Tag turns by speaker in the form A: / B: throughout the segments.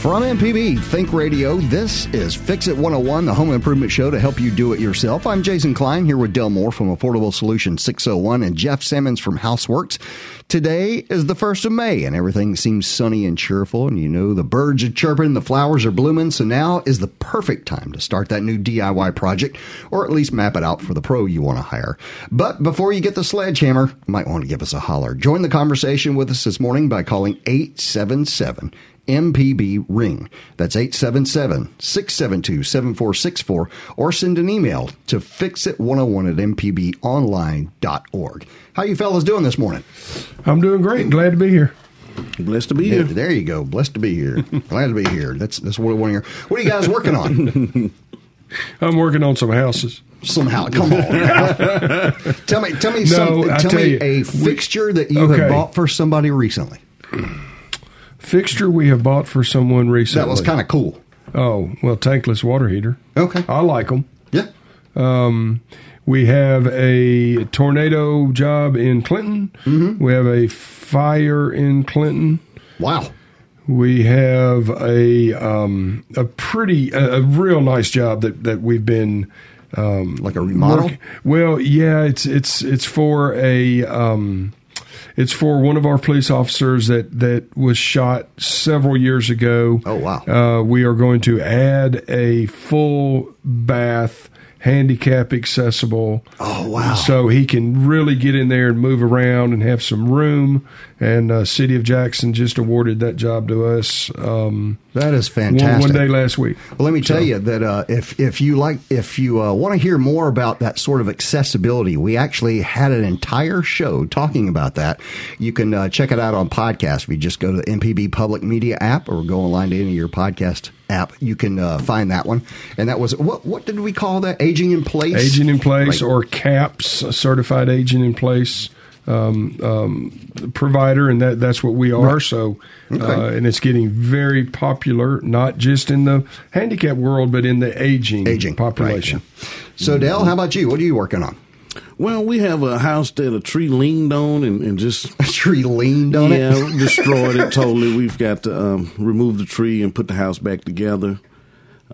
A: From MPB Think Radio, this is Fix It 101, the home improvement show to help you do it yourself. I'm Jason Klein here with Del Moore from Affordable Solution 601 and Jeff Simmons from Houseworks. Today is the 1st of May and everything seems sunny and cheerful and you know the birds are chirping, the flowers are blooming, so now is the perfect time to start that new DIY project or at least map it out for the pro you want to hire. But before you get the sledgehammer, you might want to give us a holler. Join the conversation with us this morning by calling 877 MPB Ring. That's 877 672 7464 or send an email to fixit101 at mpbonline.org. How you fellas doing this morning?
B: I'm doing great. Glad to be here.
C: Blessed to be here.
A: There, there you go. Blessed to be here. Glad to be here. That's that's what I want to hear. What are you guys working on?
B: I'm working on some houses.
A: Somehow, come on. tell me, tell me, some,
B: I
A: tell
B: tell
A: me
B: you,
A: a
B: we-
A: fixture that you
B: okay.
A: have bought for somebody recently.
B: Fixture we have bought for someone recently.
A: That was kind of cool.
B: of. Oh, well, tankless water heater.
A: Okay.
B: I like them.
A: Yeah.
B: We have a tornado job in Clinton.
A: Mm-hmm.
B: We have a fire in Clinton.
A: Wow.
B: We have a um, a pretty a, a real nice job that that we've been um,
A: Like a remodel.
B: Work- Well, yeah, it's it's it's for a um, it's for one of our police officers that that was shot several years ago.
A: Oh, wow.
B: Uh, we are going to add a full bath, handicap accessible.
A: Oh, wow.
B: So he can really get in there and move around and have some room. And uh, City of Jackson just awarded that job to us um,
A: that is fantastic.
B: one, one day last week.
A: Well, let me tell you that uh, if if you like if you uh, want to hear more about that sort of accessibility, we actually had an entire show talking about that. You can uh, check it out on podcast. If you just go to the MPB Public Media app or go online to any of your podcast app, you can uh, find that one. And that was what what did we call that? Aging in place.
B: agent in place
A: Right.
B: or CAPS, a certified agent in place um, um, provider, and that that's what we are. So, uh,
A: Okay.
B: and it's getting very popular, not just in the handicap world, but in the aging
A: aging
B: population.
A: Right, yeah. So Dell, how about you? What are you working on?
C: Well, we have a house that a tree leaned on and, and just
A: A tree leaned on
C: yeah
A: it.
C: destroyed it totally. We've got to um, remove the tree and put the house back together. Uh,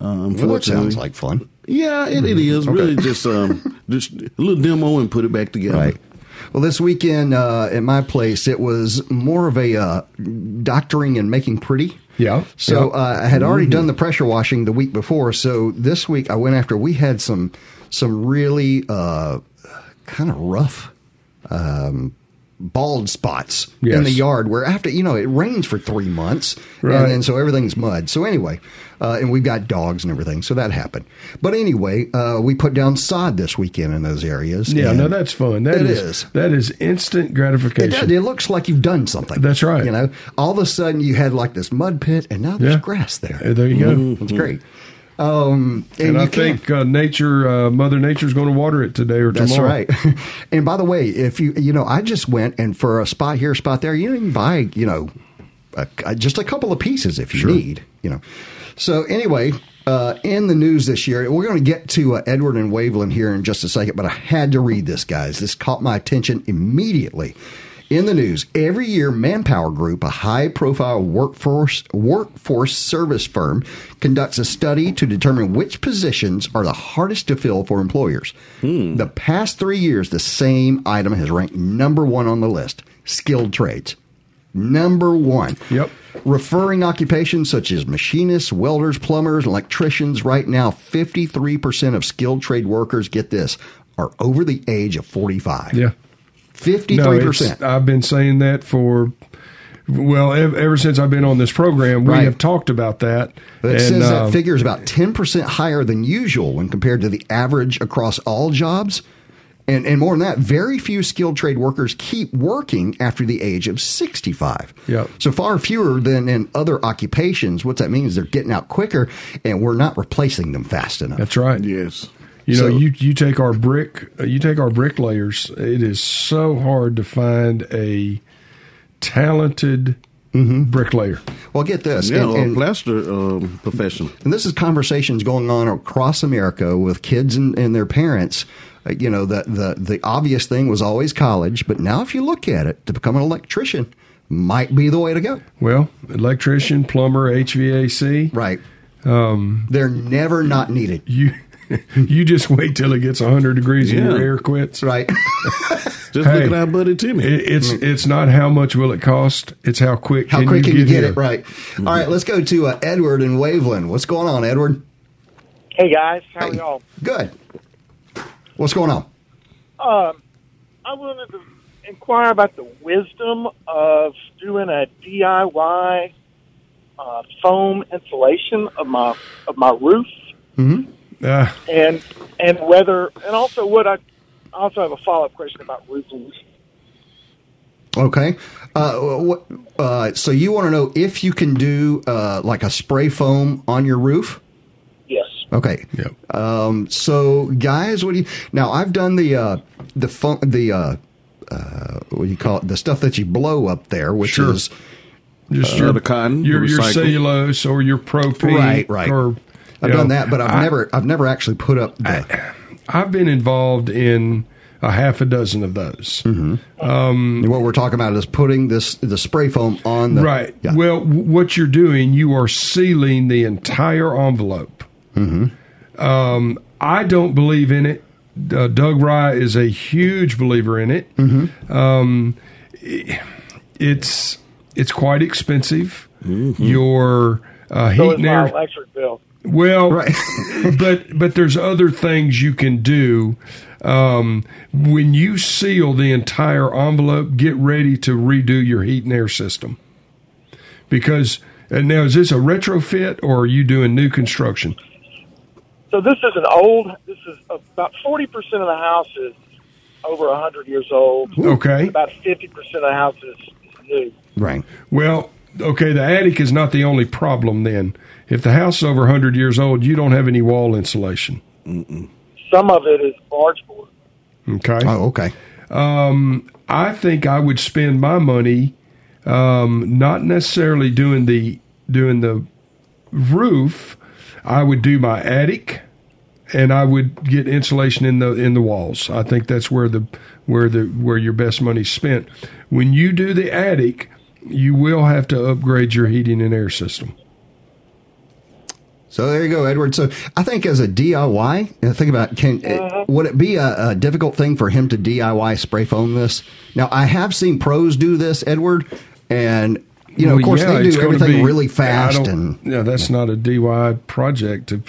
A: Well, that
C: unfortunately,
A: sounds like fun. Mm-hmm.
C: yeah, it, it
B: Mm-hmm.
C: is really just um, just a little demo and put it back together.
A: Right. Well, this weekend uh, at my place, it was more of a uh, doctoring and making pretty.
B: Yeah,
A: So
B: yeah. Mm-hmm.
A: Uh, I had already done the pressure washing the week before. So this week I went after. We had some some really uh, kind of rough. Um, bald spots in
B: Yes.
A: the yard where after you know it rains for three months
B: Right.
A: and then so everything's mud so anyway uh, and we've got dogs and everything so that happened but anyway uh, we put down sod this weekend in those areas
B: Yeah,
A: and
B: no, that's fun. That
A: It
B: is,
A: is.
B: that is instant
A: it, does-
B: gratification.
A: it looks like you've done something.
B: That's right.
A: You know, all of a sudden you had like this mud pit, and now there's
B: Yeah.
A: grass there. Mm-hmm.
B: Uh, There you go.
A: It's great. Um, and,
B: And
A: you
B: I
A: can-
B: think uh, nature, uh, Mother Nature's going to water it today or
A: that's
B: tomorrow.
A: right. and by the way, if you you know, I just went and for a spot here, spot there, you can buy you know, a, a- just a couple of pieces if you need. You know. So anyway. Uh, in the news this year, we're going to get to uh, Edward and Waveland here in just a second, but I had to read this, guys. This caught my attention immediately. In the news, every year, Manpower Group, a high-profile workforce workforce service firm, conducts a study to determine which positions are the hardest to fill for employers. The past three years, the same item has ranked number one on the list: skilled trades. Number one.
B: Yep.
A: Referring occupations such as machinists, welders, plumbers, electricians, right now, 53% of skilled trade workers, get this, are over the age of 45.
B: Yeah.
A: 53%.
B: No, it's- I've been saying that for well ev- ever since I've been on this program. We
A: Right.
B: have talked about that.
A: But it says
B: um,
A: that figure is about 10% higher than usual when compared to the average across all jobs. And, and more than that, very few skilled trade workers keep working after the age of 65.
B: Yep.
A: So far fewer than in other occupations. What that means is they're getting out quicker and we're not replacing them fast enough.
B: That's right.
C: Yes.
B: You know,
A: So-
B: you you take our brick, uh, you take our bricklayers. It is so hard to find a talented
A: Mm-hmm.
B: bricklayer.
A: Well, get this.
C: Yeah,
A: and-
C: or
A: and-
C: plaster um, professional.
A: And this is conversations going on across America with kids and, and their parents. Uh, you know, the, the, the obvious thing was always college, but now if you look at it, to become an electrician might be the way to go.
B: Well, electrician, plumber, HVAC.
A: Right. Um, They're never not needed.
B: You you just wait till it gets 100 degrees and your
C: Yeah.
B: air quits.
A: Right.
C: Just
B: Hey.
C: look at our buddy Timmy.
B: It, it's it's not how much will it cost; it's how quick.
A: How quick can you get it
B: here.
A: right?
C: Mm-hmm.
A: All right, let's go to uh, Edward in Waveland. What's going on, Edward?
D: Hey guys, how
A: Hey.
D: y'all?
A: Good. What's going on?
D: Um, I wanted to inquire about the wisdom of doing a DIY uh, foam insulation of my of my roof,
B: Uh,
D: and and whether and also what I I also have a follow up question about roofing.
A: Okay. Uh, what, uh, so you want to know if you can do uh, like a spray foam on your roof?
D: Yes.
A: Okay.
B: Yep.
A: Um, so guys, what do you now? I've done the uh, the fun, the uh, uh, what do you call it? The stuff that you blow up there, which
B: Sure.
A: is
B: just
C: Uh,
B: your
C: the cotton,
B: your,
C: the
B: your
C: recycled.
B: cellulose or your propane,
A: Right, right.
B: Or
A: I've
B: you
A: done
B: know,
A: that, but I've
B: I-
A: never I've never actually put up the
B: I've been involved in a half a dozen of those.
A: Mm-hmm.
B: Um,
A: what we're talking about is putting this the spray foam on the
B: Right.
A: Yeah.
B: Well, w- what you're doing, you are sealing the entire envelope.
A: Mm-hmm.
B: Um, I don't believe in it. Uh, Doug Rye is a huge believer in it. Um, i- it's it's quite expensive. Your uh, heat
D: So is
B: and
D: my
B: air.
D: electric bill.
B: Well,
A: Right.
B: but but there's other things you can do. Um, when you seal the entire envelope, get ready to redo your heat and air system. Because and now is this a retrofit or are you doing new construction?
D: So this is an old. This is about forty percent of the house is over hundred years old.
B: Okay.
D: About fifty percent of the house is is new.
A: right.
B: Well, okay, the attic is not the only problem then. If the house is over 100 years old, you don't have any wall insulation.
D: Some of it is barge board.
B: Okay. Um,
A: Oh, okay.
B: I think I would spend my money um, not necessarily doing the doing the roof. I would do my attic, and I would get insulation in the in the walls. I think that's where the where the where your best money's spent. When you do the attic, you will have to upgrade your heating and air system.
A: So there you go, Edward. So I think as a DIY, you know, think about can it, would it be a, a difficult thing for him to DIY spray foam this? Now I have seen pros do this, Edward, and you know, of
B: Well,
A: course,
B: yeah,
A: they
B: it's
A: do
B: gonna
A: everything
B: be-
A: really
B: I
A: fast
B: don't-
A: and
B: yeah, that's not a DIY project to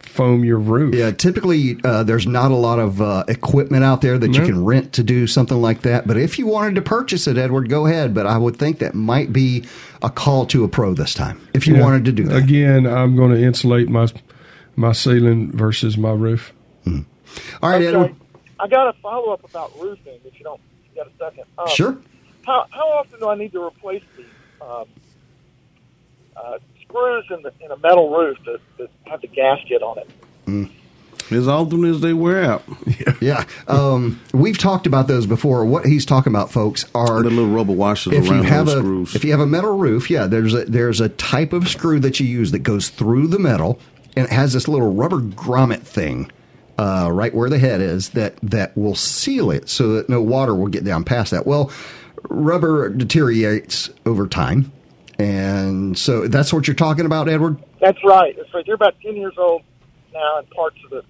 B: foam your roof.
A: Yeah, typically uh, there's not a lot of uh, equipment out there that you
B: No.
A: can rent to do something like that. But if you wanted to purchase it, Edward, go ahead. But I would think that might be a call to a pro this time if you
B: Yeah.
A: wanted to do that.
B: Again, I'm going to insulate my my ceiling versus my roof.
A: Mm-hmm. All right, Edward.
D: Okay. I got a follow up about roofing. If you don't, if you got a second. Um,
A: Sure.
D: How how often do I need to replace the um, uh, screws in the in a metal roof that, that have the gasket on it?
A: Mm.
C: As often as they wear out,
A: Yeah. Um, we've talked about those before. What he's talking about, folks, are
C: the little rubber washers
A: if you
C: around
A: have
C: those
A: a
C: screws.
A: if you have a metal roof, yeah, there's a there's a type of screw that you use that goes through the metal and it has this little rubber grommet thing uh, right where the head is that that will seal it so that no water will get down past that. Well, rubber deteriorates over time, and so that's what you're talking about, Edward.
D: That's right. That's right. They're about ten years old now, and parts of the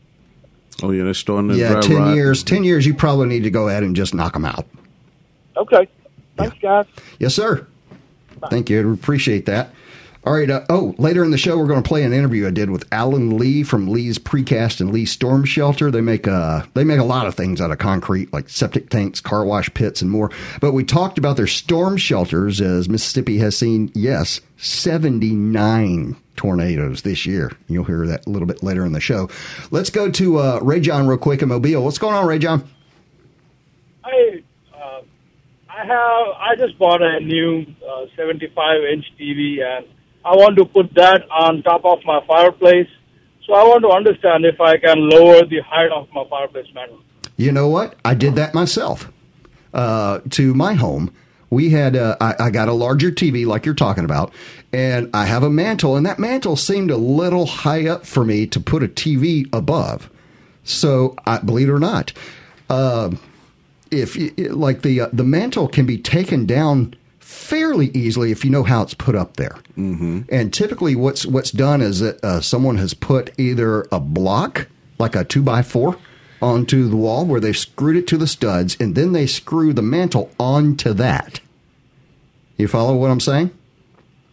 C: oh yeah, they're starting to
A: yeah,
C: dry
A: ten
C: rot.
A: years, ten years. You probably need to go ahead and just knock them out.
D: Okay. Thanks, guys.
A: Yes, sir. Thank you. Edward. Appreciate that. All right. Uh, oh, later in the show, we're going to play an interview I did with Alan Lee from Lee's Precast and Lee Storm Shelter. They make uh, they make a lot of things out of concrete, like septic tanks, car wash pits, and more. But we talked about their storm shelters as Mississippi has seen yes, seventy nine tornadoes this year. You'll hear that a little bit later in the show. Let's go to uh, Ray John real quick in Mobile. What's going on, Ray John?
E: Hi. Uh, I have. I just bought a new uh, 75 inch TV, and I want to put that on top of my fireplace. So I want to understand if I can lower the height of my fireplace manual.
A: You know what? I did that myself uh, to my home we had uh, I, I got a larger TV like you're talking about, and I have a mantle, and that mantle seemed a little high up for me to put a TV above. So I believe it or not, um if you- like the uh, the mantle can be taken down fairly easily if you know how it's put up there. Mm-hmm. And typically, what's what's done is that uh, someone has put either a block, like a two by four, onto the wall where they've screwed it to the studs, and then they screw the mantle onto that. You follow what I'm saying?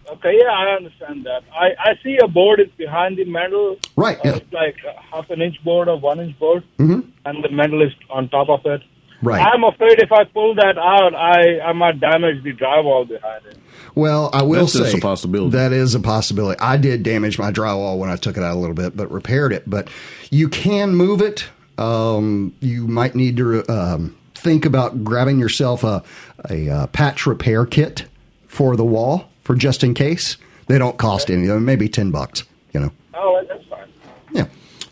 E: Okay, yeah, I understand that. I, I see a board is behind the metal.
A: Right,
E: Uh,
A: yeah.
E: It's like a half an inch board or one inch board, mm-hmm. and the metal is on top of it.
A: Right.
E: I'm afraid if I pull that out, I, I might damage the drywall behind it.
A: Well, I will
C: That's
A: say
C: just a possibility.
A: That is a possibility. I did damage my drywall when I took it out a little bit, but repaired it. But you can move it. Um, you might need to um, think about grabbing yourself a a uh, patch repair kit for the wall for just in case. They don't cost any. They're Maybe ten bucks. You know.
E: Oh, that's fine.
A: Yeah.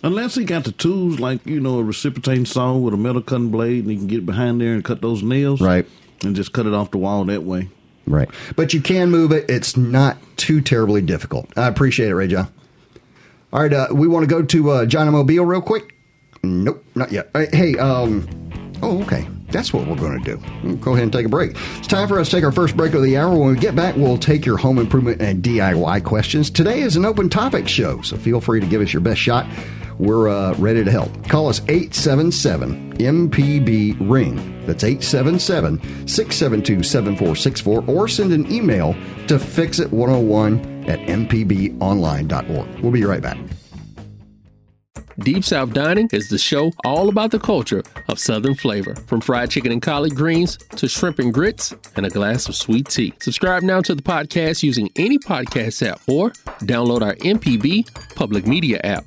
C: Unless he got the tools like you know a reciprocating saw with a metal cutting blade, and he can get behind there and cut those nails,
A: Right.
C: And just cut it off the wall that way.
A: Right. But you can move it. It's not too terribly difficult. I appreciate it, Ray John. All right. Uh, we want to go to uh, John Mobile real quick. Nope, not yet. Uh, Hey, um, oh, okay. That's what we're going to do. We'll go ahead and take a break. It's time for us to take our first break of the hour. When we get back, we'll take your home improvement and DIY questions. Today is an open topic show, so feel free to give us your best shot. We're uh, ready to help. Call us 877 MPB Ring. That's 877 672 7464, or send an email to fixit101 at mpbonline.org. We'll be right back.
F: Deep South Dining is the show all about the culture of Southern flavor, from fried chicken and collard greens to shrimp and grits and a glass of sweet tea. Subscribe now to the podcast using any podcast app or download our MPB public media app.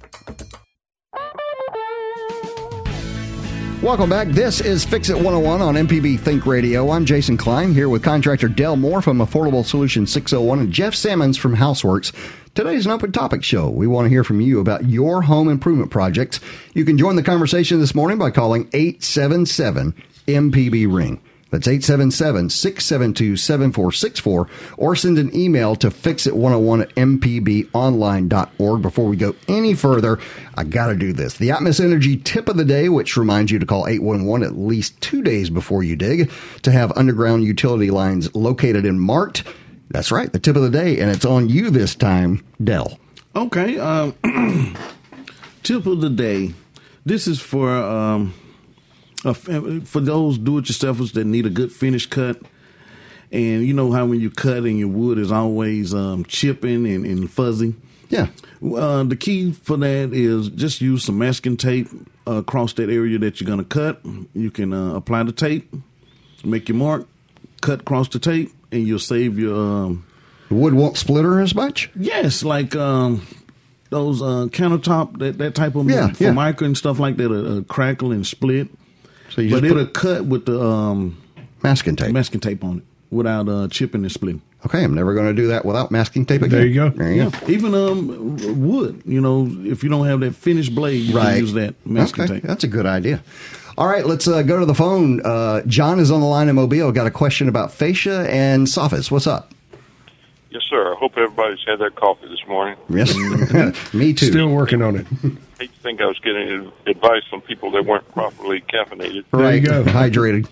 A: Welcome back. This is Fix It 101 on MPB Think Radio. I'm Jason Klein here with contractor Dell Moore from Affordable Solutions 601 and Jeff Sammons from Houseworks. Today's an open topic show. We want to hear from you about your home improvement projects. You can join the conversation this morning by calling 877 MPB Ring. That's 877 672 7464 or send an email to fixit101 at mpbonline.org. Before we go any further, I got to do this. The Atmos Energy tip of the day, which reminds you to call 811 at least two days before you dig to have underground utility lines located and marked. That's right, the tip of the day, and it's on you this time, Dell.
C: Okay. Um, tip of the day. This is for um, a, fam- for those do-it-yourselfers that need a good finish cut. And you know how when you cut and your wood is always um, chipping and, and fuzzy.
A: Yeah.
C: Uh, the key for that is just use some masking tape uh, across that area that you're going to cut. You can uh, apply the tape, make your mark, cut across the tape, and you'll save your. Um,
A: The wood won't splitter as much?
C: Yes, like um, those uh, countertop that that type of
A: Yeah, yeah.
C: formica and stuff like that, uh, uh, crackle and split.
A: So you
C: but
A: just
C: it'll
A: put
C: cut with the um,
A: masking tape.
C: masking tape on it without uh, chipping and splitting.
A: okay, I'm never going to do that without masking tape again.
B: There you go.
A: There you go.
C: even um w- wood. You know, if you don't have that finished blade, you
A: right.
C: can use that masking
A: okay.
C: tape.
A: That's a good idea. All right, let's uh, go to the phone. Uh, John is on the line in Mobile. Got a question about fascia and soffits. What's up?
G: Yes, sir. I hope everybody's had their coffee this morning.
A: Yes, me too.
B: Still working on it.
G: I hate to think I was getting advice from people that weren't properly caffeinated.
B: There
A: right,
B: you go.
A: hydrated.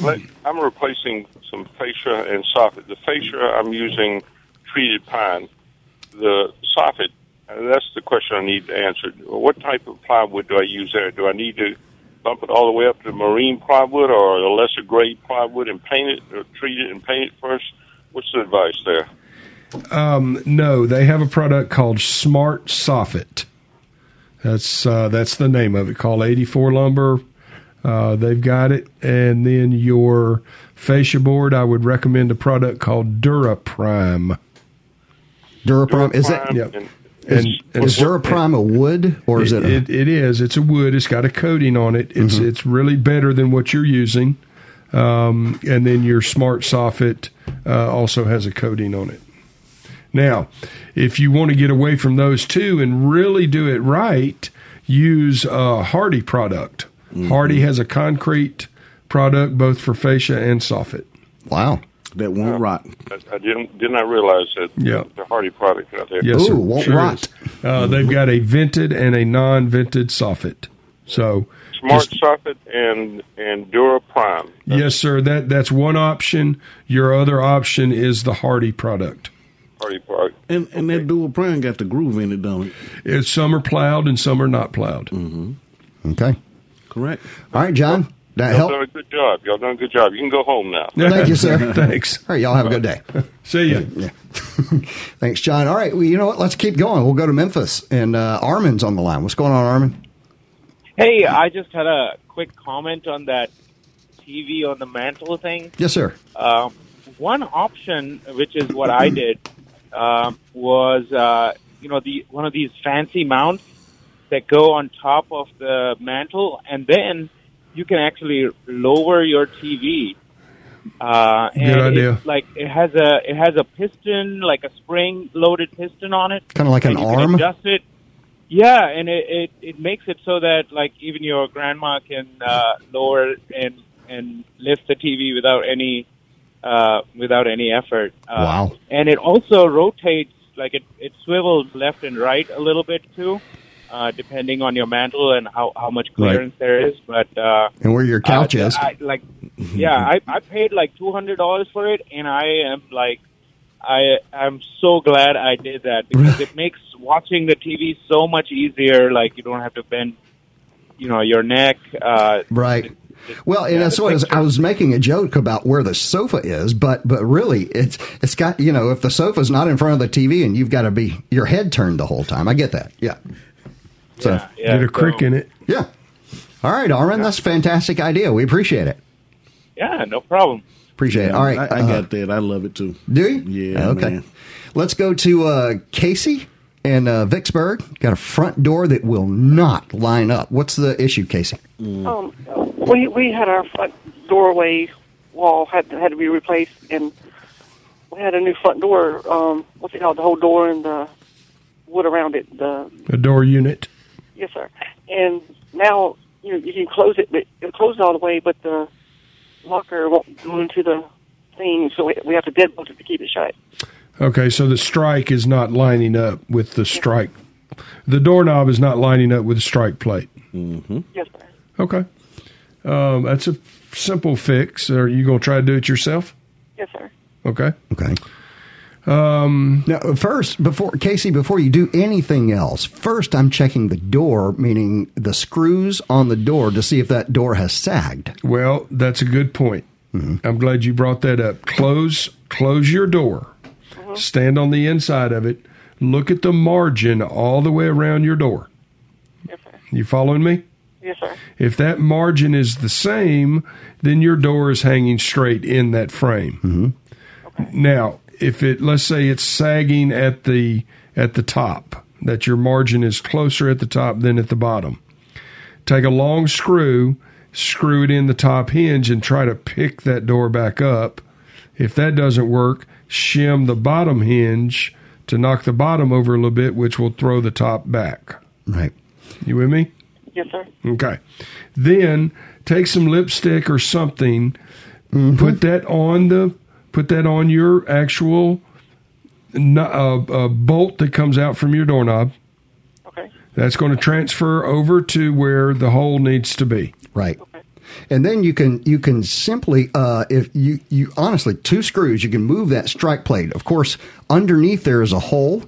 G: But I'm replacing some fascia and soffit. The fascia, I'm using treated pine. The soffit, uh, that's the question I need answered. What type of plywood do I use there? Do I need to bump it all the way up to marine plywood or the lesser grade plywood and paint it or treat it and paint it first? What's the advice there?
B: Um, No, they have a product called Smart Soffit. That's uh, that's the name of it. Called 84 Lumber. Uh, they've got it, and then your fascia board. I would recommend a product called DuraPrime.
A: Duraprime is that?
G: Prime
B: Yep.
G: and-
B: And, and
A: Is Duraprime a wood or is it? a- Mm-hmm.
B: it, it is. It's a wood. It's got a coating on it. It's it's really better than what you're using. Um, and then your smart soffit uh, also has a coating on it. Now, if you want to get away from those two and really do it right, use a Hardy
A: Mm-hmm.
B: product. Hardy has a concrete product both for fascia and soffit.
A: Wow.
C: That won't rot.
G: I, I didn't did not realize that
B: Yeah.
G: the Hardy product out there.
B: Yes,
A: Ooh,
B: sir.
A: won't
B: Sure
A: rot.
B: is. Uh, they've got a vented and a non-vented soffit. So
G: Smart
B: just-
G: soffit and and Dura Prime.
B: yes, sir. That that's one option. Your other option is the Hardy product.
G: Hardy product.
C: And and that dual prime got the groove in it, don't it?
B: It's some are plowed and some are not plowed.
A: Mm-hmm. Okay.
C: Correct.
A: All right, John. That
G: Y'all
A: help.
G: done a good job. Y'all done a good job. You can go home now.
A: Thank you, sir.
B: Thanks.
A: All right, y'all have a good day.
B: See ya.
A: Thanks, John. All right, well, you know what? Let's keep going. We'll go to Memphis, and uh, Armin's on the line. What's going on, Armin?
H: Hey, I just had a quick comment on that TV on the mantle thing.
A: Yes, sir.
H: Uh, one option, which is what I did, um was uh, you know the one of these fancy mounts that go on top of the mantle, and then you can actually lower your TV. Uh, and
B: Good idea.
H: It's like it has a it has a piston, like a spring loaded piston on it.
A: Kinda like
H: and
A: an
H: you can
A: arm?
H: adjust it. Yeah, and it, it it makes it so that like even your grandma can uh, lower and and lift the TV without any uh, without any effort. Uh,
A: Wow.
H: And it also rotates, like it, it swivels left and right a little bit too, uh, depending on your mantle and how, how much
A: Right.
H: clearance there is. But uh,
A: And where your couch
H: uh,
A: is.
H: I, like, yeah, I, I paid like two hundred dollars for it, and I am like, I I'm so glad I did that because it makes watching the TV so much easier. Like you don't have to bend, you know, your neck. Uh,
A: Right. Well, and
H: Yeah,
A: that's
H: the
A: what I was, I was making a joke about where the sofa is, but but really, it's it's got you know if the sofa's not in front of the TV and you've got to be your head turned the whole time. I get that. Yeah. So yeah.
H: yeah,
B: Get a crick
H: so-
B: in it.
A: All right, Armin, that's a fantastic idea. We appreciate it.
H: Yeah, no problem.
A: Appreciate it. All right,
C: I, I
A: uh,
C: got that. I love it too.
A: do you?
C: Yeah,
A: Okay.
C: man.
A: Let's go to uh, Casey in uh, Vicksburg. Got a front door that will not line up. What's the issue, Casey?
B: Mm.
I: Um, we we had our front doorway wall had had to be replaced, and we had a new front door. Um, what's it called? The whole door and the wood around it. The
B: A door unit.
I: yes, sir. And now you know, you can close it, but it closes all the way, but the locker won't go into the thing, so we, we have to deadbolt it to keep it shut.
B: Okay, so the strike is not lining up with the strike. The doorknob is not lining up with the strike plate.
A: Mm-hmm.
I: Yes, sir.
B: Okay. Um, that's a simple fix. Are you going to try to do it yourself?
I: Yes, sir.
B: Okay.
A: Okay. Um, now, first, before Casey, before you do anything else, first I'm checking the door, meaning the screws on the door, to see if that door has sagged.
B: Well, that's a good point. I'm glad you brought that up. Close close your door.
I: Mm-hmm.
B: Stand on the inside of it. Look at the margin all the way around your door.
I: Yes, sir.
B: You following me?
I: Yes, sir.
B: If that margin is the same, then your door is hanging straight in that frame. Now, if it let's say it's sagging at the at the top, that your margin is closer at the top than at the bottom. Take a long screw, screw it in the top hinge and try to pick that door back up. If that doesn't work, shim the bottom hinge to knock the bottom over a little bit, which will throw the top back.
A: Right.
B: You with me?
I: Yes, sir.
B: Okay. Then take some lipstick or something,
A: Mm-hmm.
B: put that on the put that on your actual kn- uh, uh, bolt that comes out from your doorknob.
I: Okay.
B: That's going to transfer over to where the hole needs to be.
A: Right. And then you can you can simply uh, if you you honestly two screws you can move that strike plate. Of course, underneath there is a hole,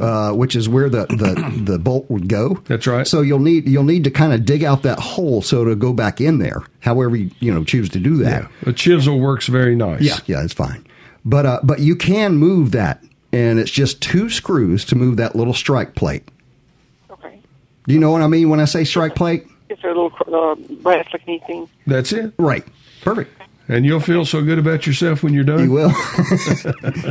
A: uh, which is where the, the the bolt would go.
B: Mm-hmm. That's right.
A: So you'll need you'll need to kind of dig out that hole so it'll go back in there. However you you know choose to do that.
B: A chisel works very nice.
A: Yeah, yeah, it's fine. But uh, but you can move that, and it's just two screws to move that little strike plate.
I: Okay.
A: Do you know what I mean when I say strike plate?
I: Yes, sir. A little cr- uh, brass looking thing.
B: That's it.
A: Right. Perfect.
B: And you'll feel so good about yourself when you're done.
A: You will.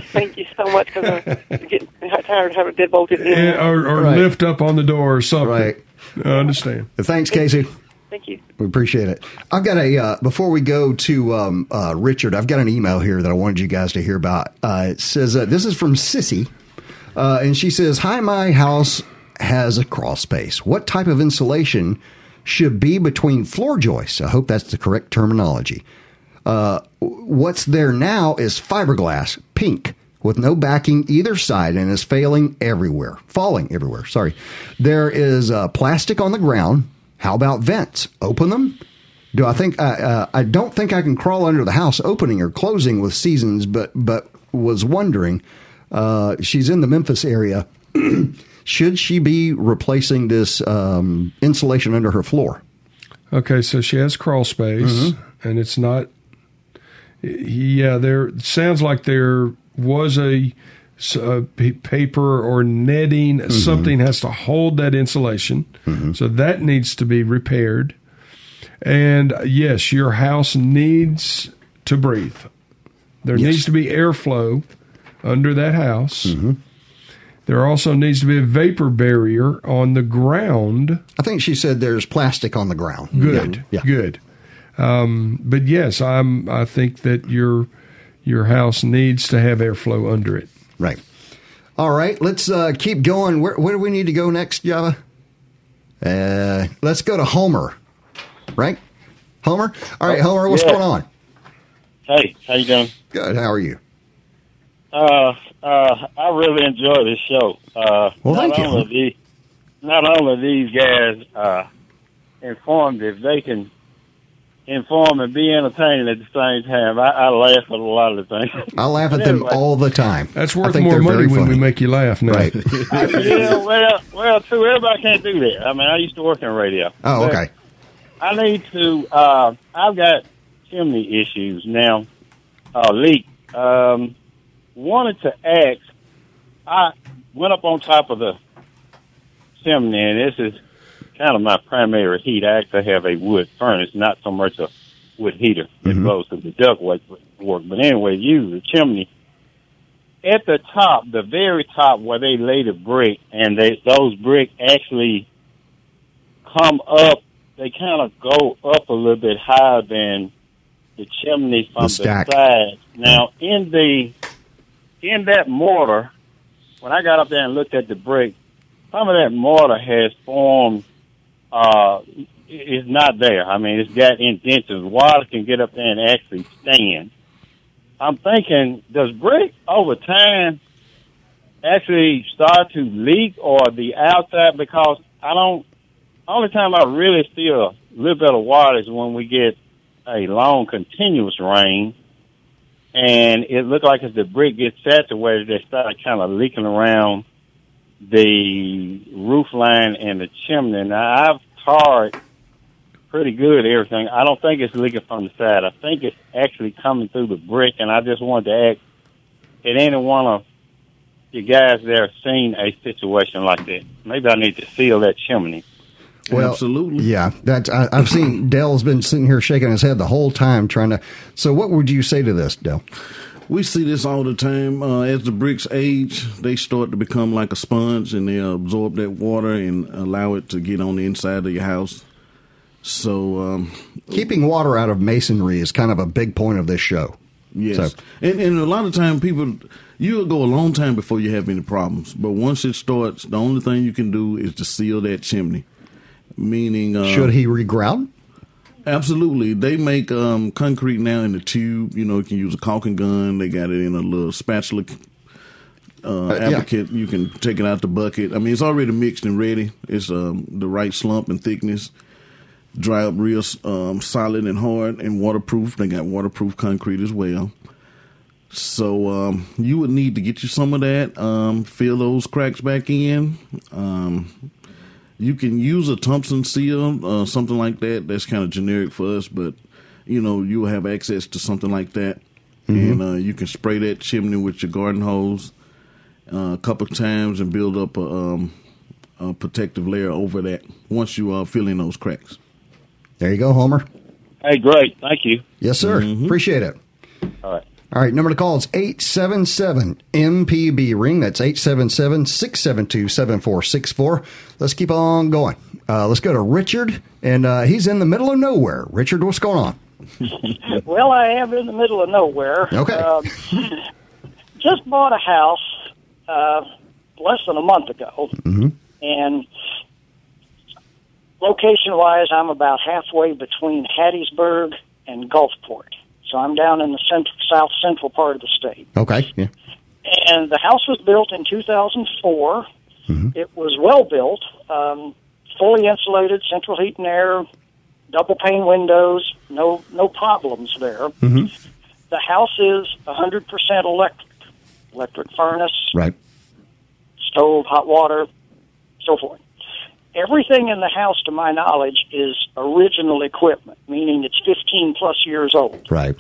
I: Thank you so much because I'm getting tired of having it deadbolted. in.
B: Eh, or or
A: Right.
B: lift up on the door or something.
A: Right.
B: I understand.
A: Thanks, Casey.
I: Thank you.
A: We appreciate it. I've got a uh, before we go to um, uh, Richard. I've got an email here that I wanted you guys to hear about. Uh, it says uh, this is from Sissy, uh, and she says, "Hi, my house has a crawl space. What type of insulation should be between floor joists? I hope that's the correct terminology. Uh, what's there now is fiberglass, pink, with no backing either side and is failing everywhere, falling everywhere. Sorry. There is uh, plastic on the ground. How about vents? Open them. Do I think uh, uh, I don't think I can crawl under the house opening or closing with seasons, but but was wondering. Uh, she's in the Memphis area. Should she be replacing this um, insulation under her floor?
B: Okay, so she has crawl space, and it's not. Yeah, there it sounds like there was a, s- a p- paper or netting. Something has to hold that insulation, so that needs to be repaired. And yes, your house needs to breathe. There needs to be airflow under that house. There also needs to be a vapor barrier on the ground.
A: I think she said there's plastic on the ground.
B: Good,
A: Yeah. yeah.
B: good. Um, but yes, I'm. I think that your your house needs to have airflow under it.
A: Right. All right. Let's uh, keep going. Where, where do we need to go next, Java? Uh, let's go to Homer. Right? Homer? All right, Homer, what's
J: Yeah.
A: going on?
J: Hey, how you doing?
A: Good. How are you?
J: Uh, uh, I really enjoy this show. Uh,
A: Well,
J: not
A: thank you.
J: only these, not only these guys uh, informed, if they can inform and be entertaining at the same time, I, I laugh at a lot of the things.
A: I laugh at them
J: Anyway.
A: all the time.
B: That's
A: I
B: worth
A: think
B: more
A: they're
B: money
A: very
B: when we
A: funny.
B: make you laugh. Now.
A: Right.
J: yeah, well, well, too. Everybody can't do that. I mean, I used to work in radio.
A: Oh,
J: But
A: okay.
J: I need to. Uh, I've got chimney issues now. Uh, leak. Um, wanted to ask. I went up on top of the chimney, and this is kind of my primary heat. I actually have a wood furnace, not so much a wood heater. It goes to the ductwork work. But anyway, use the chimney. At the top, the very top where they lay the brick, and they, those brick actually come up they kind of go up a little bit higher than the chimney from
A: The
J: the,
A: stack.
J: side. Now, in the in that mortar, when I got up there and looked at the brick, some of that mortar has formed. Uh, i- it's not there. I mean, it's got indentions. Water can get up there and actually stand. I'm thinking, does brick over time actually start to leak or the outside? Because I don't only time I really feel a little bit of water is when we get a long continuous rain, and it looked like as the brick gets saturated, they start kind of leaking around the roof line and the chimney. Now I've tarred pretty good everything. I don't think it's leaking from the side. I think it's actually coming through the brick, and I just wanted to ask, had any one of you guys there seen a situation like that? Maybe I need to seal that chimney.
A: Well,
C: Absolutely.
A: Yeah, that's I, I've seen. Dell's been sitting here shaking his head the whole time, trying to. So, what would you say to this, Dell?
C: We see this all the time. Uh, as the bricks age, they start to become like a sponge and they absorb that water and allow it to get on the inside of your house. So, um,
A: Keeping water out of masonry is kind of a big point of this show.
C: yes.
A: So-
C: and, and a lot of time people, you'll go a long time before you have any problems. But once it starts, the only thing you can do is to seal that chimney. Meaning, uh,
A: Should he regrout?
C: Absolutely. They make um, concrete now in the tube. You know, you can use a caulking gun. They got it in a little spatula uh,
A: yeah.
C: applicant. You can take it out the bucket. I mean, it's already mixed and ready. It's um, the right slump and thickness. Dry up real um, solid and hard and waterproof. They got waterproof concrete as well. So um, you would need to get you some of that. Um, fill those cracks back in. Um, you can use a Thompson seal, uh, something like that. That's kind of generic for us, but you know you'll have access to something like that, and uh, you can spray that chimney with your garden hose uh, a couple times and build up a, um, a protective layer over that. Once you uh, fill in those cracks,
A: There you go, Homer.
J: Hey, great. Thank you.
A: Yes, sir. Appreciate it.
J: Mm-hmm. All right.
A: All right, number to call is 877 MPB ring. That's 877 672 7464. Let's keep on going. Uh, let's go to Richard, and uh, he's in the middle of nowhere. Richard, what's going on?
K: Well, I am in the middle of nowhere.
A: Okay.
K: Um, just bought a house uh, less than a month ago, and location-wise, I'm about halfway between Hattiesburg and Gulfport. So I'm down in the central, south central part of the state.
A: Okay. Yeah.
K: And the house was built in 2004.
A: Mm-hmm.
K: It was well built, um, fully insulated, central heat and air, double pane windows, no no problems there.
A: Mm-hmm.
K: The house is 100% electric, electric furnace,
A: Right.
K: stove, hot water, so forth. Everything in the house, to my knowledge, is original equipment, meaning it's 15 plus years old.
A: Right.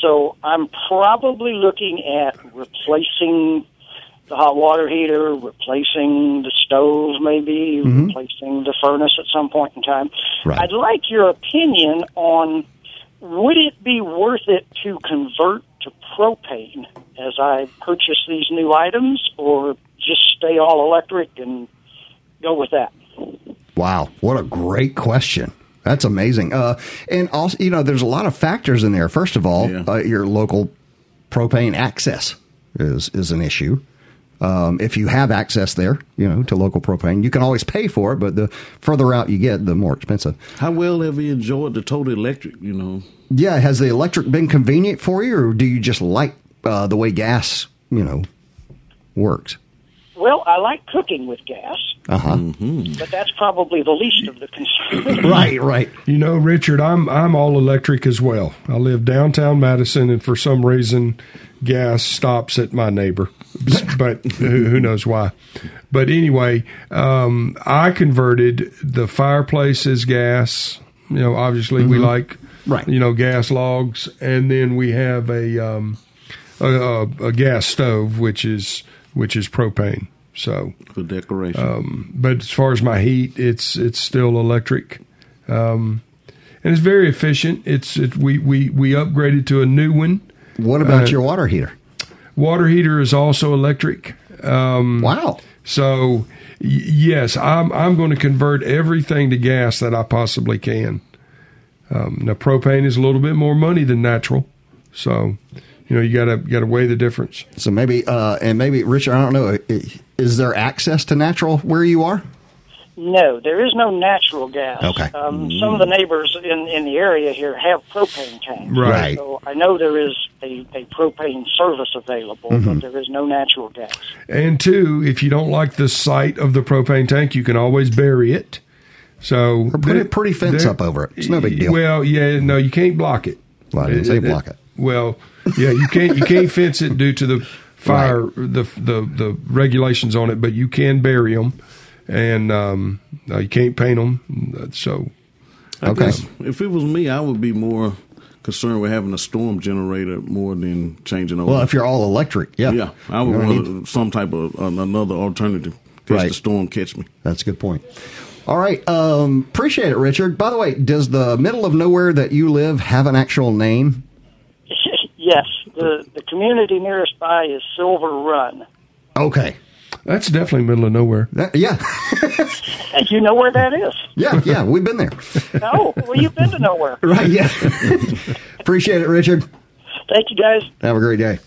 K: So I'm probably looking at replacing the hot water heater, replacing the stove, maybe
L: Mhm.
K: replacing the furnace at some point in time.
L: Right.
K: I'd like your opinion on would it be worth it to convert to propane as I purchase these new items, or just stay all electric and go with that?
A: Wow, what a great question. That's amazing. Uh, and also, you know, there's a lot of factors in there. First of all, uh, your local propane access is is an issue. Um, if you have access there, you know, to local propane, you can always pay for it. But the further out you get, the more expensive.
C: How well have you enjoyed the total electric? You know,
A: Yeah, has the electric been convenient for you, or do you just like uh, the way gas, you know, works?
K: Well, I like cooking with gas,
A: Uh huh.
K: but that's probably the least of the concerns.
A: right.
B: You know, Richard, I'm I'm all electric as well. I live downtown Madison, and for some reason, gas stops at my neighbor, but who, who knows why. But anyway, um, I converted the fireplace as gas. You know, obviously we
M: Mhm.
B: like
A: right.
B: You know, gas logs, and then we have a um, a, a, a gas stove, which is which is propane. So
C: for decoration.
B: Um, but as far as my heat, it's it's still electric, um, and it's very efficient. It's it, we we we upgraded to a new one.
A: What about your water heater?
B: Water heater is also electric. Um,
A: wow.
B: So y- yes, I'm I'm going to convert everything to gas that I possibly can. Um, now propane is a little bit more money than natural, so you know you gotta gotta weigh the difference.
A: So maybe, uh, and maybe, Richard, I don't know, i- is there access to natural where you are?
K: No, there is no natural gas.
A: Okay.
K: Um, some of the neighbors in, in the area here have propane tanks.
A: Right.
K: So I know there is a, a propane service available,
A: Mm-hmm.
B: Mhm.
K: but there is no natural gas.
B: And two, if you don't like the site of the propane tank, you can always bury it. So
A: Or put a pretty fence
B: there-
A: up over it. It's no big deal.
B: Well, yeah, no, you can't block it.
A: Well, I didn't say block it.
B: Well, yeah, you can't you can't fence it due to the fire the the the regulations on it, but you can bury them, and um, uh, you can't paint them. So
C: I guess if it was me, I would be more concerned with having a storm generator more than changing over.
A: Well, if you're all electric, yeah.
C: yeah, I would
A: You don't
C: want some type of an- another alternative. Catch
A: Right.
C: the storm, catch me.
A: That's a good point. All right. Um, appreciate it, Richard. By the way, does the middle of nowhere that you live have an actual name?
K: yes, the, the community nearest by is Silver Run.
A: Okay.
B: That's definitely middle of nowhere.
A: yeah,
K: And you know where that is?
A: yeah, yeah. We've been there.
K: Oh, well, you've been to nowhere.
A: Right, yeah. appreciate it, Richard.
K: Thank you, guys.
A: Have a great day.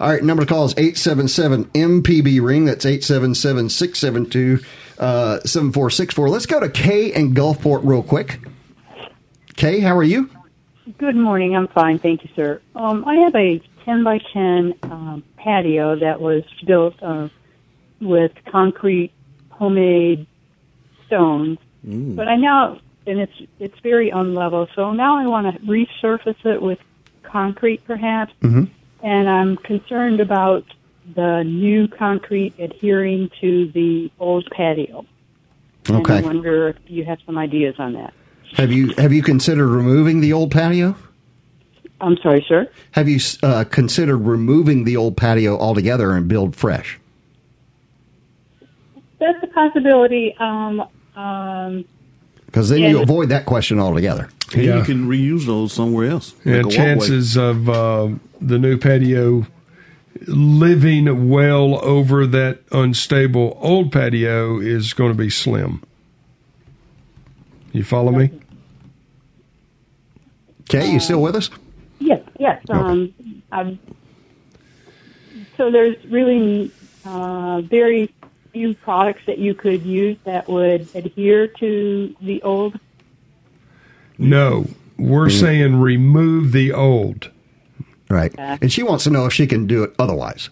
A: All right, number to call is 877 MPB Ring. That's 877 672 uh, 7464. Let's go to Kay in Gulfport real quick. Kay, how are you?
N: Good morning. I'm fine, thank you, sir. Um, I have a 10 by 10 um, patio that was built uh, with concrete, homemade stones,
L: Hmm.
N: but I now and it's it's very unlevel. So now I want to resurface it with concrete, perhaps,
L: Mhm.
O: Mm-hmm.
N: and I'm concerned about the new concrete adhering to the old patio. And I
A: Okay.
N: wonder if you have some ideas on that.
A: Have you have you considered removing the old patio?
N: I'm sorry, sir.
A: Have you uh, considered removing the old patio altogether and build fresh?
N: That's a possibility. Um, um,
A: Because then
N: Yeah.
A: you avoid that question altogether.
C: And you can reuse those somewhere else. like a
B: and
C: walkway.
B: chances of uh, the new patio living well over that unstable old patio is going to be slim. You follow me?
A: Kay, you still with us?
N: yes, yes. Um, um, so there's really uh, very few products that you could use that would adhere to the old.
B: No, we're saying remove the old.
A: Mm. Right. And she wants to know if she can do it otherwise.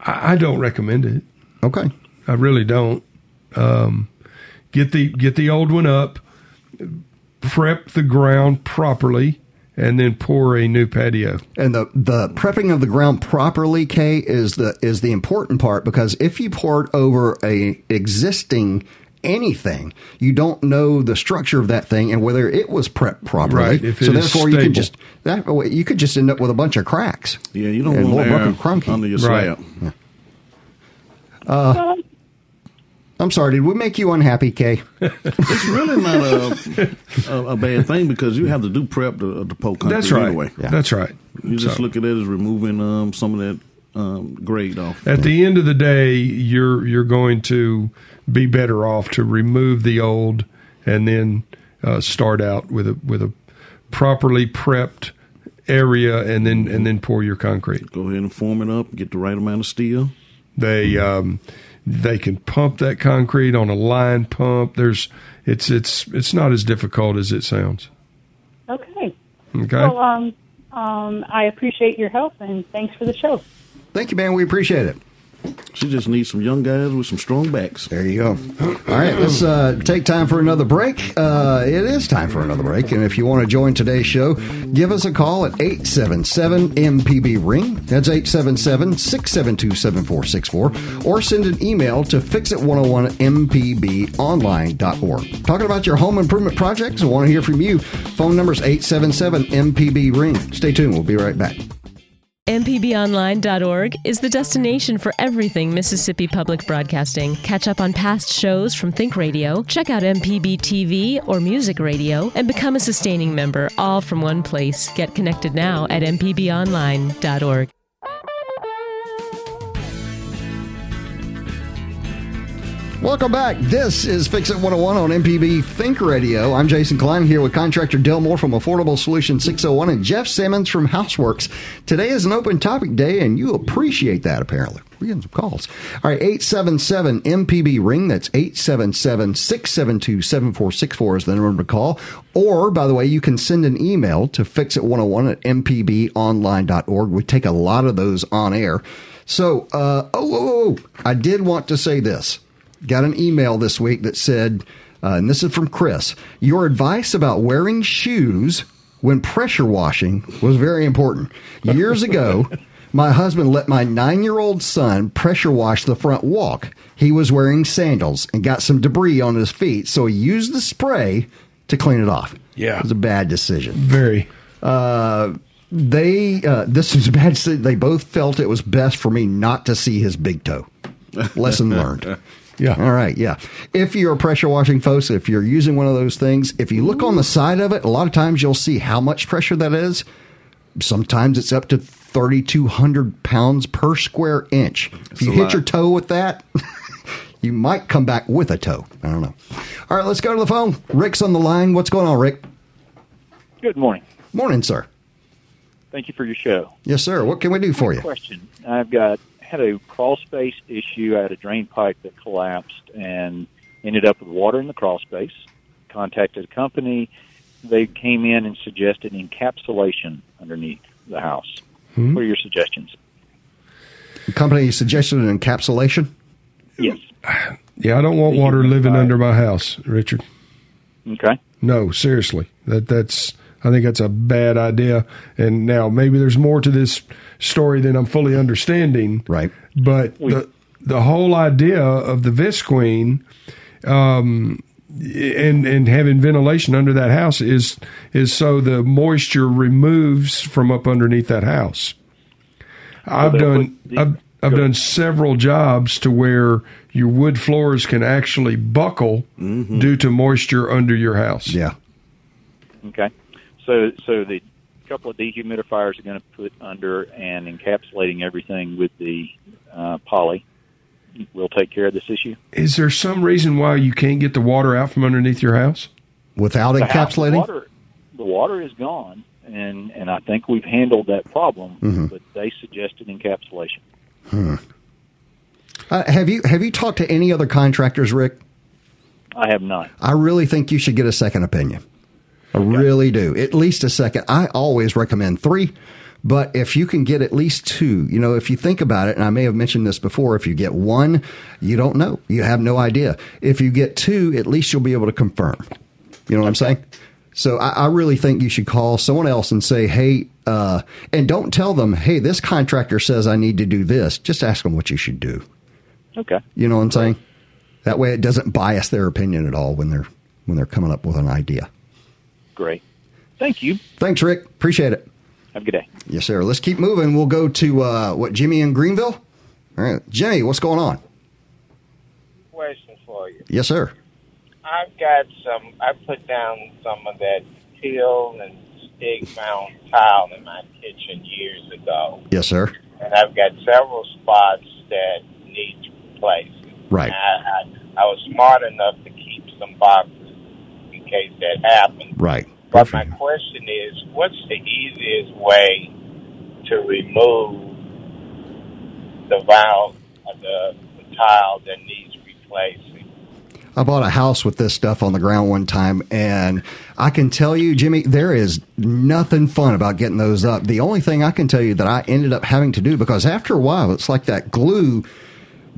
B: I, I don't recommend it.
A: Okay.
B: I really don't. Um, get the get the old one up, prep the ground properly, and then pour a new patio.
A: And the the prepping of the ground properly, Kay, is the is the important part because if you pour it over a existing anything, you don't know the structure of that thing and whether it was prepped properly.
B: Right, if it
A: so
B: is
A: therefore, you
B: stable.
A: could just that way you could just end up with a bunch of cracks.
C: Yeah, you don't
A: and
C: want
A: more
C: air
A: rough and crunky.
C: under your Right. slab.
A: Yeah. Uh, I'm sorry. Did we make you unhappy, Kay?
C: It's really not a, a, a bad thing because you have to do prep to, to poke concrete
B: That's right.
C: anyway.
B: Yeah. That's right.
C: You just
B: So-
C: look at it as removing um, some of that um, grade off.
B: At the end of the day, you're you're going to be better off to remove the old and then uh, start out with a with a properly prepped area and then and then pour your concrete.
C: Go ahead and form it up. Get the right amount of steel.
B: They um, they can pump that concrete on a line pump. There's it's it's it's not as difficult as it sounds.
N: Okay.
B: Okay.
N: Well, um, um, I appreciate your help and thanks for the show.
A: Thank you, man. We appreciate it.
C: She just needs some young guys with some strong backs.
A: There you go. All right, let's uh, take time for another break. Uh, it is time for another break. And if you want to join today's show, give us a call at 877 MPB Ring. That's 877 672 7464. Or send an email to fixit101mpbonline.org. Talking about your home improvement projects, I want to hear from you. Phone number is 877 MPB Ring. Stay tuned. We'll be right back.
L: MPBOnline.org is the destination for everything Mississippi Public Broadcasting. Catch up on past shows from Think Radio, check out MPB TV or Music Radio, and become a sustaining member all from one place. Get connected now at MPBOnline.org.
A: Welcome back. This is Fix It 101 on MPB Think Radio. I'm Jason Klein here with contractor Del Moore from Affordable Solution 601 and Jeff Simmons from Houseworks. Today is an open topic day, and you appreciate that apparently. We're getting some calls. All right, 877 MPB Ring. That's 877 672 7464 is the number to call. Or, by the way, you can send an email to fixit101 at mpbonline.org. We take a lot of those on air. So, uh, oh, oh, oh, oh, I did want to say this got an email this week that said, uh, and this is from Chris, your advice about wearing shoes when pressure washing was very important. Years ago, my husband let my nine year old son pressure wash the front walk. He was wearing sandals and got some debris on his feet, so he used the spray to clean it off. Yeah. It was a bad decision.
B: Very.
A: Uh, they uh, this was a bad. deci- They both felt it was best for me not to see his big toe. Lesson learned.
B: Yeah.
A: All right. Yeah. If you're pressure washing, folks, if you're using one of those things, if you look on the side of it, a lot of times you'll see how much pressure that is. Sometimes it's up to 3,200 pounds per square inch. if
M: That's
A: you
M: a
A: hit
M: lot.
A: your toe with that, you might come back with a toe. I don't know. All right. Let's go to the phone. Rick's on the line. What's going on, Rick?
P: Good morning.
A: Morning, sir.
P: Thank you for your show.
A: Yes, sir. What can we do for you?
P: Question: I've got had a crawl space issue. I had a drain pipe that collapsed and ended up with water in the crawl space. Contacted a company. They came in and suggested encapsulation underneath the house.
A: Hmm.
P: What are your suggestions?
A: The company suggested an encapsulation.
P: Yes.
B: Yeah, I don't want water living under my house, Richard.
P: Okay.
B: No, seriously. That that's I think that's a bad idea. And now maybe there's more to this story than I'm fully understanding.
A: Right.
B: But the the whole idea of the Visqueen um and and having ventilation under that house is is so the moisture removes from up underneath that house.
P: Well,
B: I've
P: they'll
B: done I've, I've done several jobs to where your wood floors can actually buckle due to moisture under your house.
A: Mm-hmm. Yeah.
P: Okay. So so the couple of dehumidifiers are going to put under and encapsulating everything with the uh, poly. We'll take care of this issue.
B: Is there some reason why you can't get the water out from underneath your house?
A: Without
P: The house water, the water is gone, and and I think we've handled that problem.
A: Mhm.
P: But they suggested encapsulation.
A: Hmm. Uh, have you have you talked to any other contractors, Rick?
P: I have not.
A: I really think you should get a second opinion. I really do. At least a second. I always recommend three, But if you can get at least two, you know, if you think about it, and I may have mentioned this before, if you get one, you don't know. You have no idea. If you get two, at least you'll be able to confirm. You know what I'm saying? So I, I really think you should call someone else and say, hey, uh, and don't tell them, hey, this contractor says I need to do this. Just ask them what you should do.
P: Okay.
A: You know what I'm saying? That way, it doesn't bias their opinion at all when they're when they're coming up with an idea.
P: Great. Thank you.
A: Thanks, Rick. Appreciate it.
P: Have a good day.
A: Yes, sir. Let's keep moving. We'll go to uh, what Jimmy in Greenville. All right, Jimmy, what's going on?
M: Question for you.
A: Yes, sir.
M: I've got some. I put down some of that teal and stick mound tile in my kitchen years ago,
A: Yes, sir.
M: and I've got several spots that need to replace.
A: Right.
M: I, I, I was smart enough to keep some boxes in case that happened.
A: Right.
M: But my question is, what's the easiest way to remove the valve, uh, the, the tile that needs replacing?
A: I bought a house with this stuff on the ground one time, and I can tell you, Jimmy, there is nothing fun about getting those up. The only thing I can tell you that I ended up having to do because after a while, it's like that glue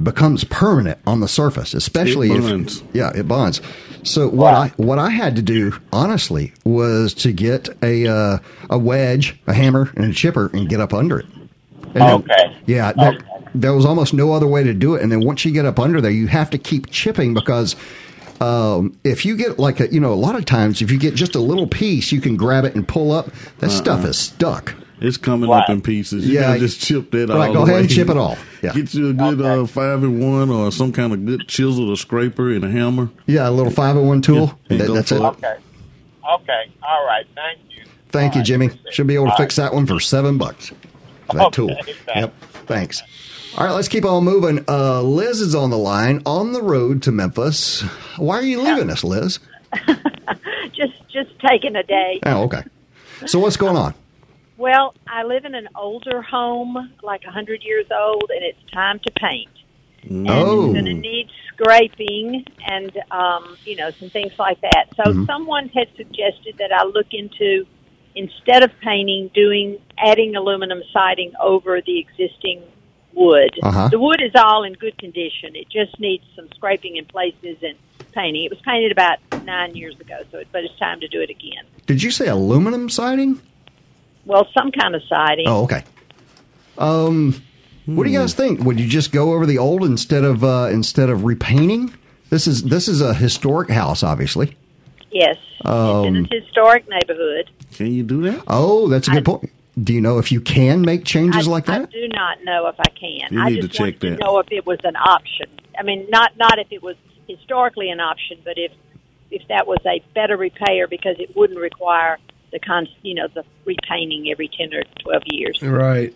A: becomes permanent on the surface, especially
C: It
A: if-
C: bonds.
A: yeah, it bonds. So what I what I had to do honestly was to get a uh, a wedge, a hammer, and a chipper, and get up under it. And then-
M: Okay.
A: yeah, there, there was almost no other way to do it. And then once you get up under there, you have to keep chipping because um, if you get like a, you know, a lot of times if you get just a little piece, you can grab it and pull up. That stuff
C: Uh-uh.
A: is stuck.
C: It's coming up in pieces. You
A: Yeah.
C: gotta just chip that
A: Right,
C: all
A: go
C: the
A: ahead and
C: way.
A: chip it all. Yeah.
C: Get you a good uh, five and one or some kind of good chisel or scraper and a hammer.
A: Yeah, a little 501 tool.
C: Yeah, and
A: That-
C: go
A: that's
C: for
A: it.
C: it.
M: Okay. Okay. All right. Thank you.
A: Thank you, Jimmy. Should be able to fix that one for seven bucks. That
M: Okay,
A: tool. Yep. Thanks. All right, let's keep on moving. Uh, Liz is on the line on the road to Memphis. Why are you leaving us, Liz?
Q: just just taking a day.
A: Oh, okay. So what's going on?
Q: Well, I live in an older home, like a hundred years old, and it's time to paint.
A: Oh.
Q: Going to need scraping and um, you know some things like that. So
A: Mm-hmm.
R: Mhm.
Q: someone had suggested that I look into instead of painting, doing adding aluminum siding over the existing wood.
A: Uh.
R: Uh-huh.
Q: The wood is all in good condition. It just needs some scraping in places and painting. It was painted about nine years ago, so it, but it's time to do it again.
A: Did you say aluminum siding?
Q: Well, some kind of siding.
A: Oh, okay. Um, what do you guys think? Would you just go over the old instead of uh, instead of repainting? This is this is a historic house, obviously.
Q: Yes,
A: Um,
Q: it's a historic neighborhood.
A: can you do that? Oh, that's a good point. Do you know if you can make changes
Q: I,
A: like
Q: I
A: that?
Q: do not know if I can.
A: You
Q: I
A: need
Q: just
A: to check
Q: wanted
A: that.
Q: to know if it was an option. I mean, not not if it was historically an option, but if if that was a better repair because it wouldn't require the con you know the repainting every ten or twelve years.
B: Right.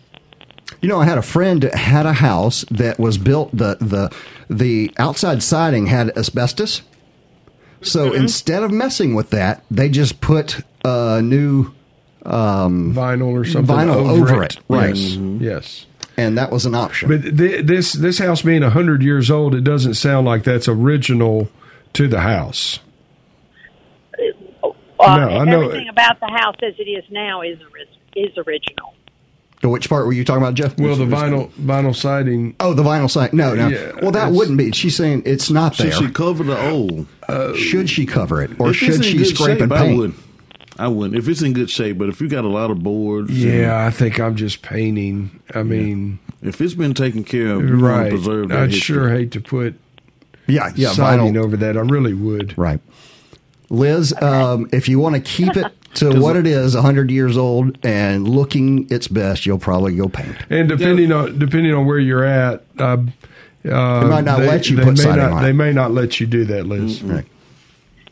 A: You know, I had a friend that had a house that was built the the the outside siding had asbestos. So
Q: Mm-hmm.
A: instead of messing with that, they just put a new um,
B: vinyl or something
A: vinyl over, it, right?
B: Yes. Yes.
A: And that was an option.
B: But th- this this house being hundred years old, it doesn't sound like that's original to the house.
P: Uh,
B: no, I know.
Q: Everything about the house as it is now is ori- is original.
A: To which part were you talking about, Jeff?
B: Well, the vinyl vinyl siding.
A: Oh, the vinyl siding. No, no.
B: Yeah,
A: well, that
B: it's-
A: wouldn't be. She's saying it's not
C: Should
A: there.
C: she cover the old?
B: Uh,
A: should she cover it, or
C: If it's
A: should
C: in
A: she
C: good
A: scrape
C: shape,
A: and
C: I
A: paint?
C: wouldn't. I wouldn't. If it's in good shape, but if you got a lot of boards,
B: Yeah, I think I'm just painting. I mean,
C: if it's been taken care of, you wanna
B: right?
C: preserve that
B: I'd
C: history.
B: sure hate to put
A: Yeah, yeah,
B: siding
A: vinyl.
B: over that. I really would.
A: Right. Liz, um, if you want to keep it to what it is, 100 years old and looking its best, you'll probably go paint.
B: And depending on depending on where you're at, uh, they
A: might not let you put
B: may
A: siding
B: not,
A: on it.
B: They may not let you do that, Liz.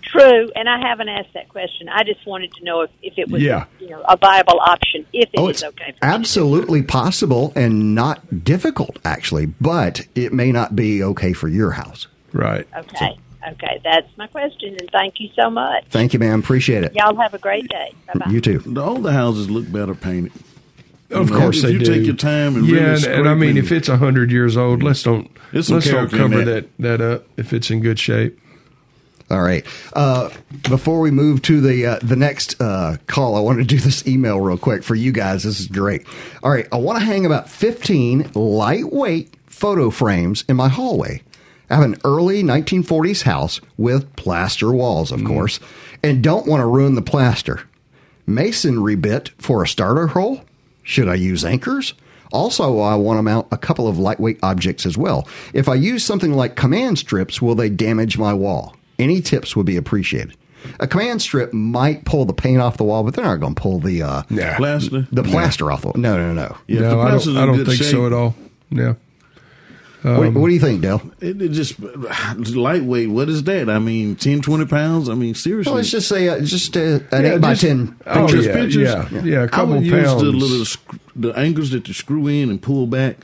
Q: True, and I haven't asked that question. I just wanted to know if, if it was
A: Yeah.
Q: you know a viable option if it is
A: Oh, it's
Q: okay.
A: absolutely possible and not difficult, actually, but it may not be okay for your house.
B: Right.
Q: Okay, okay, that's my question, and thank you so much.
A: Thank you, ma'am. Appreciate it.
Q: Y'all have a great day. Bye bye.
A: You too.
C: The older houses look better painted.
B: Of
C: You know,
B: course,
C: if
B: they
C: you
B: do.
C: take your time and
B: yeah,
C: really
B: and, and I
C: scrape
B: mean,
C: and-
B: if it's hundred years old, let's don't
C: There's some
B: let's don't
C: character in
B: cover
C: that.
B: that. that up if it's in good shape.
A: All right. Uh, before we move to the uh, the next uh, call, I want to do this email real quick for you guys. This is great. All right. I want to hang about 15 lightweight photo frames in my hallway. I have an early 1940s house with plaster walls, of course, and don't want to ruin the plaster. Masonry bit for a starter hole. Should I use anchors? Also, I want to mount a couple of lightweight objects as well. If I use something like command strips, will they damage my wall? Any tips would be appreciated. A command strip might pull the paint off the wall, but they're not going to pull the uh,
C: Plaster?
A: The plaster off the wall. No, no, no.
C: Yeah, if
B: no, I don't, I don't think so at all. Yeah. um,
A: What- what do you think, Dale?
C: It, it just lightweight. What is that? I mean, 10, 20 pounds. I mean, seriously.
A: Well, let's just say uh, just uh, an eight by ten.
C: Oh,
A: picture.
C: yeah, pictures.
B: yeah, yeah, a couple
C: I would Use
B: pounds.
C: the little sc- the angles that you screw in and pull back.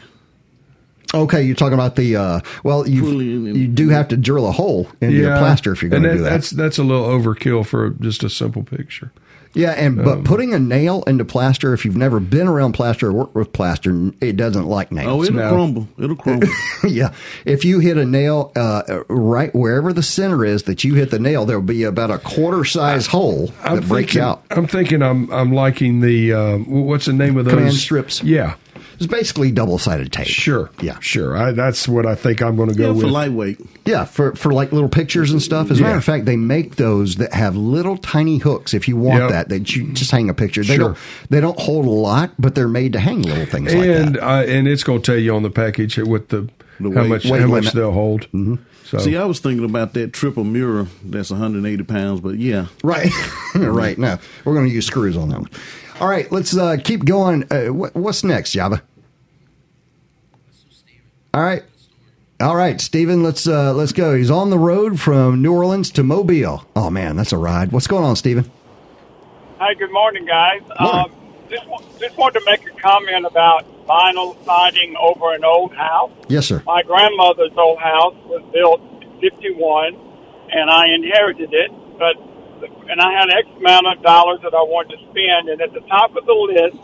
A: Okay, you're talking about the uh, well, you you do have to drill a hole into your plaster if you're going
B: And
A: to do that.
B: That's that's a little overkill for just a simple picture.
A: Yeah, and
B: Um,
A: but putting a nail into plaster, if you've never been around plaster or worked with plaster, it doesn't like nails.
C: Oh, it'll crumble. It'll crumble.
A: yeah, if you hit a nail uh, right wherever the center is that you hit the nail, there'll be about a quarter size hole
B: I'm
A: that breaks
B: thinking,
A: out.
B: I'm thinking I'm I'm liking the um, wh- what's the name of those
A: Command strips.
B: Yeah,
A: it's basically double sided tape.
B: Sure.
A: Yeah.
B: Sure. I, that's what I think I'm going to go with.
C: lightweight.
A: Yeah, for for like little pictures and stuff. As a matter
B: Yeah.
A: of fact, they make those that have little tiny hooks. If you want
B: Yep.
A: that, that you just hang a picture. They
B: Sure.
A: don't they don't hold a lot, but they're made to hang little things like that.
B: and I, and it's going to tell you on the package what the, how
C: weight-
B: much
C: weight
B: how much
C: limit.
B: they'll hold. Mm-hmm. So
C: See, I was thinking about that triple mirror that's 180 pounds, but yeah.
A: Right. right. No, we're going to use screws on that one. All right, let's uh, keep going. Uh, what, what's next, Java? All right. All right, Steven, let's uh, let's go. He's on the road from New Orleans to Mobile. Oh man, that's a ride. What's going on, Steven?
R: Hey, good morning, guys. Um, just, wa- just wanted to make a comment about vinyl siding over an old house.
A: Yes, sir.
R: My grandmother's old house was built in 51, and I inherited it, but and I had X amount of dollars that I wanted to spend, and at the top of the list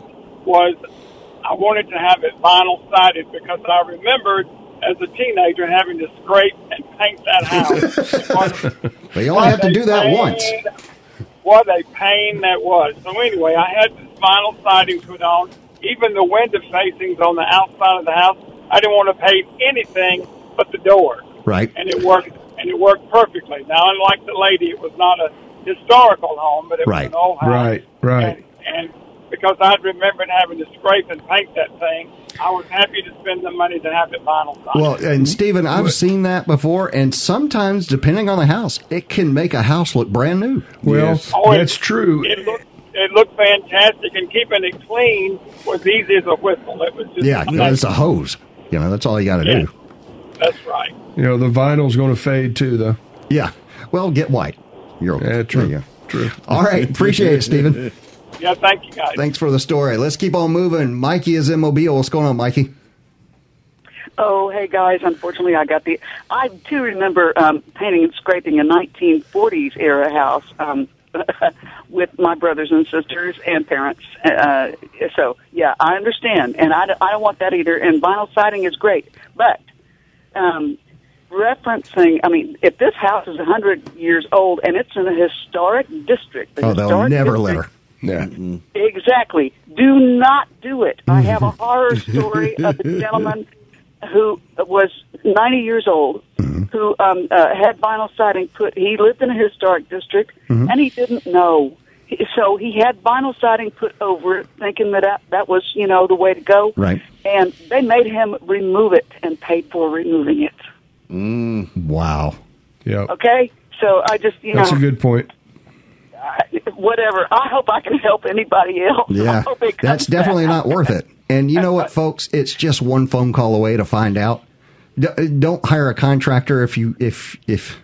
R: was I wanted to have it vinyl sided because I remembered as a teenager having to scrape and paint that house.
A: Well, you only have to do that
R: Pain.
A: once.
R: What a pain that was. So anyway, I had this vinyl siding put on. Even the window facings on the outside of the house, I didn't want to paint anything but the door.
A: Right.
R: And it worked. And it worked perfectly. Now, unlike the lady, it was not a historical home, but it was
B: right,
R: an old house.
B: right, right.
R: And because I'd remembered having to scrape and paint that thing, I was happy to spend the money to have it vinyl sided.
A: Well, and Steven, I've seen that before, and sometimes, depending on the house, it can make a house look brand new.
B: Well,
R: Oh, it-
B: that's true.
R: It looked it looked fantastic, and keeping it clean was easy as a whistle. It was just
A: yeah, you know, it's a hose. You know, that's all you got to
R: Yeah.
A: do.
R: That's right.
B: You know, the vinyl's going to fade too, though.
A: Yeah. Well, get white. You're okay.
B: Yeah, true. True.
A: All right, appreciate it, Steven.
R: Yeah, thank you guys.
A: Thanks for the story. Let's keep on moving. Mikey is in Mobile. What's going on, Mikey?
O: Oh, hey guys! Unfortunately, I got the. I do remember um, painting and scraping a 1940s era house um, with my brothers and sisters and parents. Uh, so yeah, I understand, and I, don't- I don't want that either. And vinyl siding is great, but um, referencing. I mean, if this house is 100 years old and it's in a historic district, the
A: Oh, they'll
O: historic
A: never
O: district-
A: let her.
B: Yeah.
O: Exactly. Do not do it. I have a horror story of a gentleman who was 90 years old
B: Mm-hmm.
O: who um, uh, had vinyl siding put. He lived in a historic district
B: Mm-hmm.
S: Mhm.
O: and he didn't know. He- So he had vinyl siding put over it, thinking that that- that was, you know, the way to go.
A: Right.
O: And they made him remove it and paid for removing it.
B: Mm-hmm.
A: Mm. Wow.
B: Yeah.
O: Okay? So I just, you
B: Oh. That's
O: know,
B: a good point.
O: whatever. I hope I can help anybody else. I
A: Yeah.
O: hope it
A: That's definitely not worth it. And you know what, folks? It's just one phone call away to find out. D- uh, don't hire a contractor if you if if.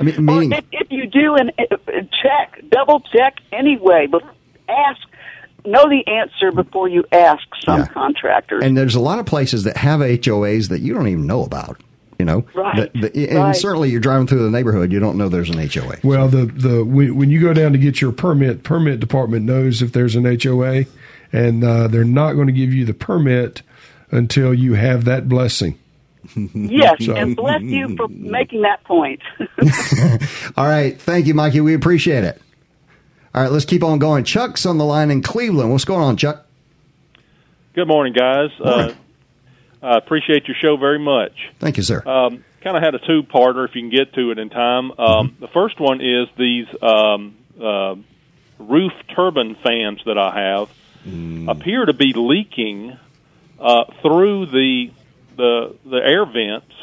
A: I mean, meaning
O: If, if you do, and uh, check, double check anyway. But ask, know the answer before you ask some contractors.
A: And there's a lot of places that have HOAs that you don't even know about. You know,
O: Right,
A: That- that- and
O: right.
A: certainly you're driving through the neighborhood, you don't know there's an HOA.
B: Well, the the when when you go down to get your permit, permit department knows if there's an HOA, and uh, they're not going to give you the permit until you have that blessing.
O: Yes,
A: So-
O: and bless you for making that point.
A: All right. Thank you, Mikey. We appreciate it. All right. Let's keep on going. Chuck's on the line in Cleveland. What's going on, Chuck?
S: Good morning, guys. Uh, I appreciate your show very much.
A: Thank you, sir.
S: Um, kind of had a two-parter, if you can get to it in time. Um, The first one is these um, uh, roof turbine fans that I have appear to be leaking uh, through the the the air vents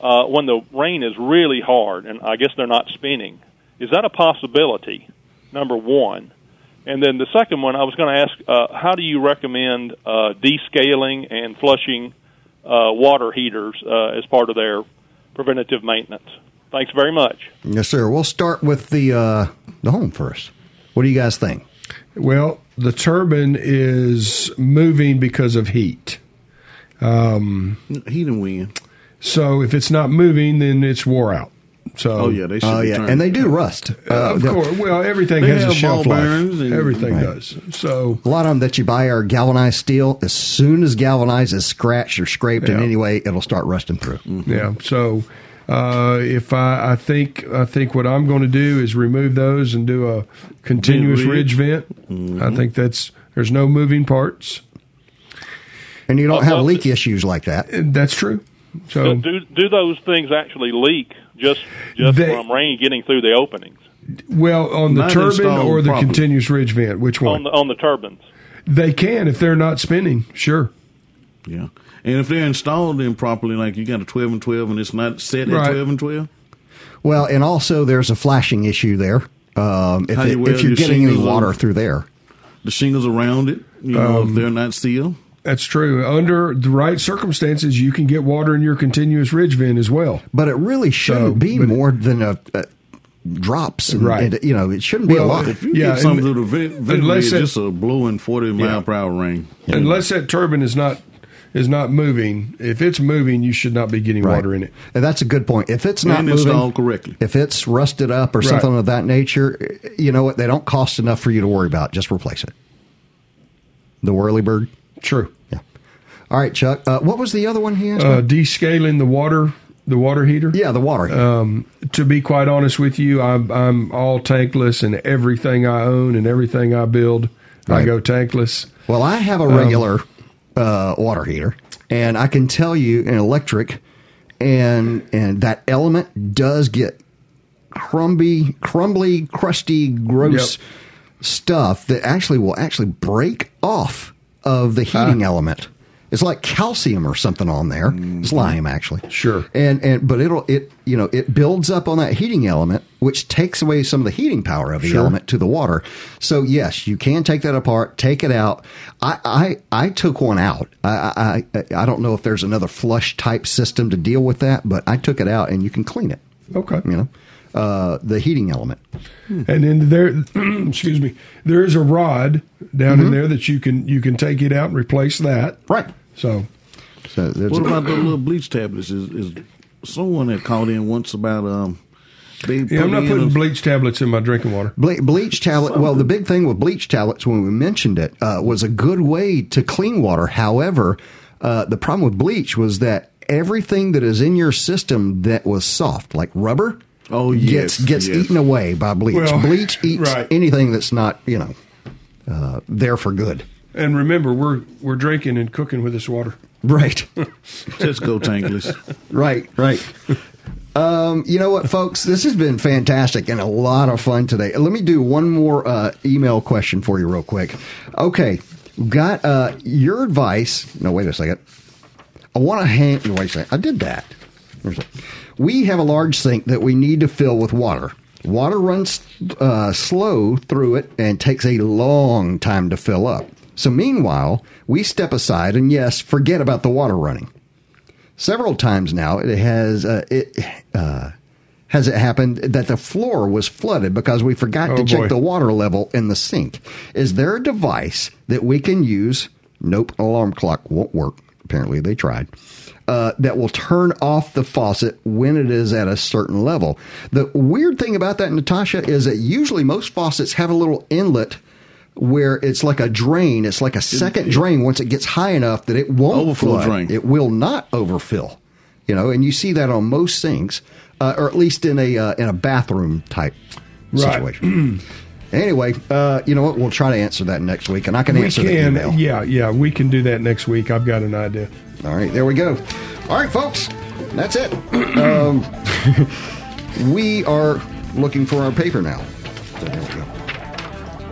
S: uh, when the rain is really hard, and I guess they're not spinning. Is that a possibility? Number one. And then the second one, I was going to ask, uh, how do you recommend uh, descaling and flushing uh, water heaters uh, as part of their preventative maintenance? Thanks very much.
A: Yes, sir. We'll start with the uh, the home first. What do you guys think?
B: Well, the turbine is moving because of heat. Um,
C: heat and wind.
B: So if it's not moving, then it's wore out. So
C: Oh, yeah, they should
A: Oh, yeah, return. and they do rust. Uh,
B: of
A: the-
B: course. Well, everything
A: They
B: has a
A: have
B: shelf
A: ball
B: life.
A: bearings and-
B: everything
A: Right.
B: does. So
A: A lot of them that you buy are galvanized steel. As soon as galvanized is scratched or scraped in
B: Yeah.
A: any way, it'll start rusting through.
C: Mm-hmm.
B: Yeah. So uh, if I, I think I think what I'm going to do is remove those and do a continuous
A: ridge.
B: ridge, vent.
S: Mm-hmm.
B: I think that's there's no moving parts.
A: And you don't have leak issues like that.
B: Uh, That's true. So
S: do, do those things actually leak just just
B: They-
S: from rain getting through the openings
B: well on the
S: Not
B: turbine
S: installed
B: or the
S: properly.
B: continuous ridge vent, which
S: on
B: one?
S: the on the turbines?
B: they can if they're not spinning. Sure.
C: Yeah. And if they're installed improperly, like you got a 12 and 12 and it's not set at
A: Right.
C: 12 and 12,
A: Well, and also there's a flashing issue there. Um, if,
C: How
A: it-
C: you
A: if
C: weld
A: you're
C: your
A: getting any
C: shingles on-
A: water through there,
C: the shingles around it, you know,
B: Um,
C: if they're not sealed.
B: That's true. Under the right circumstances, you can get water in your continuous ridge vent as well.
A: but it really shouldn't be more than a, a drops. And,
B: Right.
A: and, you know, it shouldn't be a lot.
C: If you get something through the vent, vent
B: unless
C: it's
B: it-
C: just a blowing 40 mile
B: Yeah.
C: per hour rain.
B: Unless that turbine is not is not moving. If it's moving, you should not be getting water in it.
A: And that's a good point. If it's not
B: And
A: moving,
B: installed correctly.
A: if it's rusted up or
B: Right.
A: something of that nature, you know what? They don't cost enough for you to worry about. Just replace it. The whirly bird.
B: True.
A: Yeah. All right, Chuck. Uh, what was the other one he asked?
B: Uh,
A: me?
B: descaling the water, the water heater.
A: Yeah, the water. Heater.
B: Um, to be quite honest with you, I'm I'm all tankless, and everything I own and everything I build, I
A: Right.
B: go tankless.
A: Well, I have a
B: Um,
A: regular uh, water heater, and I can tell you, an electric, and and that element does get crumbly, crumbly, crusty, gross stuff that actually will actually break off of the heating element. It's like calcium or something on there. It's lime actually.
B: Mm-hmm. Sure.
A: And and but it'll it you know it builds up on that heating element, which takes away some of the heating power of the
B: Sure.
A: element to the water. So yes, you can take that apart, take it out. I I, I took one out. I, I I- I don't know if there's another flush type system to deal with that, but I took it out and you can clean it.
B: Okay.
A: You know, uh, the heating element.
B: And then there, excuse me, there is a rod down in there that you can you can take it out and replace that.
A: Mm-hmm. Right.
B: So
A: So there's
C: what
A: a-
C: about the little bleach tablets? Is, is someone that called in once about um? They
B: yeah, I'm not
C: in
B: putting
C: a-
B: bleach tablets in my drinking water.
A: Ble- bleach tablet. Well, the big thing with bleach tablets when we mentioned it uh, was a good way to clean water. However, uh, the problem with bleach was that everything that is in your system that was soft, like rubber,
C: oh
A: gets
C: yes,
A: gets
C: yes.
A: eaten away by bleach.
B: Well,
A: bleach eats
B: right.
A: anything that's not you know uh, there for good.
B: And remember, we're we're drinking and cooking with this water.
A: Right.
C: Just go tankless.
A: Right, right. Um, you know what, folks? This has been fantastic and a lot of fun today. Let me do one more uh, email question for you, real quick. Okay, we've got uh, your advice. No, wait a second. I want to hang. no, Wait a second. I did that. Where's it? We have a large sink that we need to fill with water. Water runs uh, slow through it and takes a long time to fill up. So, meanwhile, we step aside and, yes, forget about the water running several times now it has uh, it uh, has it happened that the floor was flooded because we forgot
B: Oh,
A: to
B: boy.
A: check the water level in the sink is there a device that we can use nope alarm clock won't work apparently they tried uh, that will turn off the faucet when it is at a certain level the weird thing about that natasha is that usually most faucets have a little inlet where it's like a drain it's like a second drain once it gets high enough that it won't
C: Overflow
A: flood.
C: drain.
A: It will not overfill. You know, and you see that on most sinks, uh, or at least in a uh, in a bathroom type
B: Right.
A: situation. anyway, uh, you know what? We'll try to answer that next week, and I can
B: we
A: answer the
B: can,
A: email.
B: yeah, yeah, we can do that next week. I've got an idea.
A: All right, there we go. All right, folks, that's it. um, we are looking for our paper now. So there we go.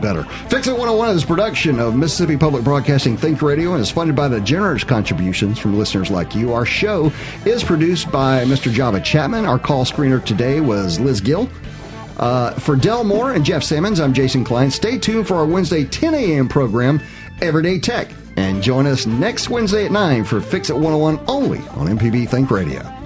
A: Better. Fix It 101 is a production of Mississippi Public Broadcasting Think Radio and is funded by the generous contributions from listeners like you. Our show is produced by Mr. Java Chapman. Our call screener today was Liz Gill. Uh, for Del Moore and Jeff Simmons, I'm Jason Klein. Stay tuned for our Wednesday 10 a.m. program, Everyday oh Tech. And join us next Wednesday at 9 for Fix It 101 only on MPB Think Radio.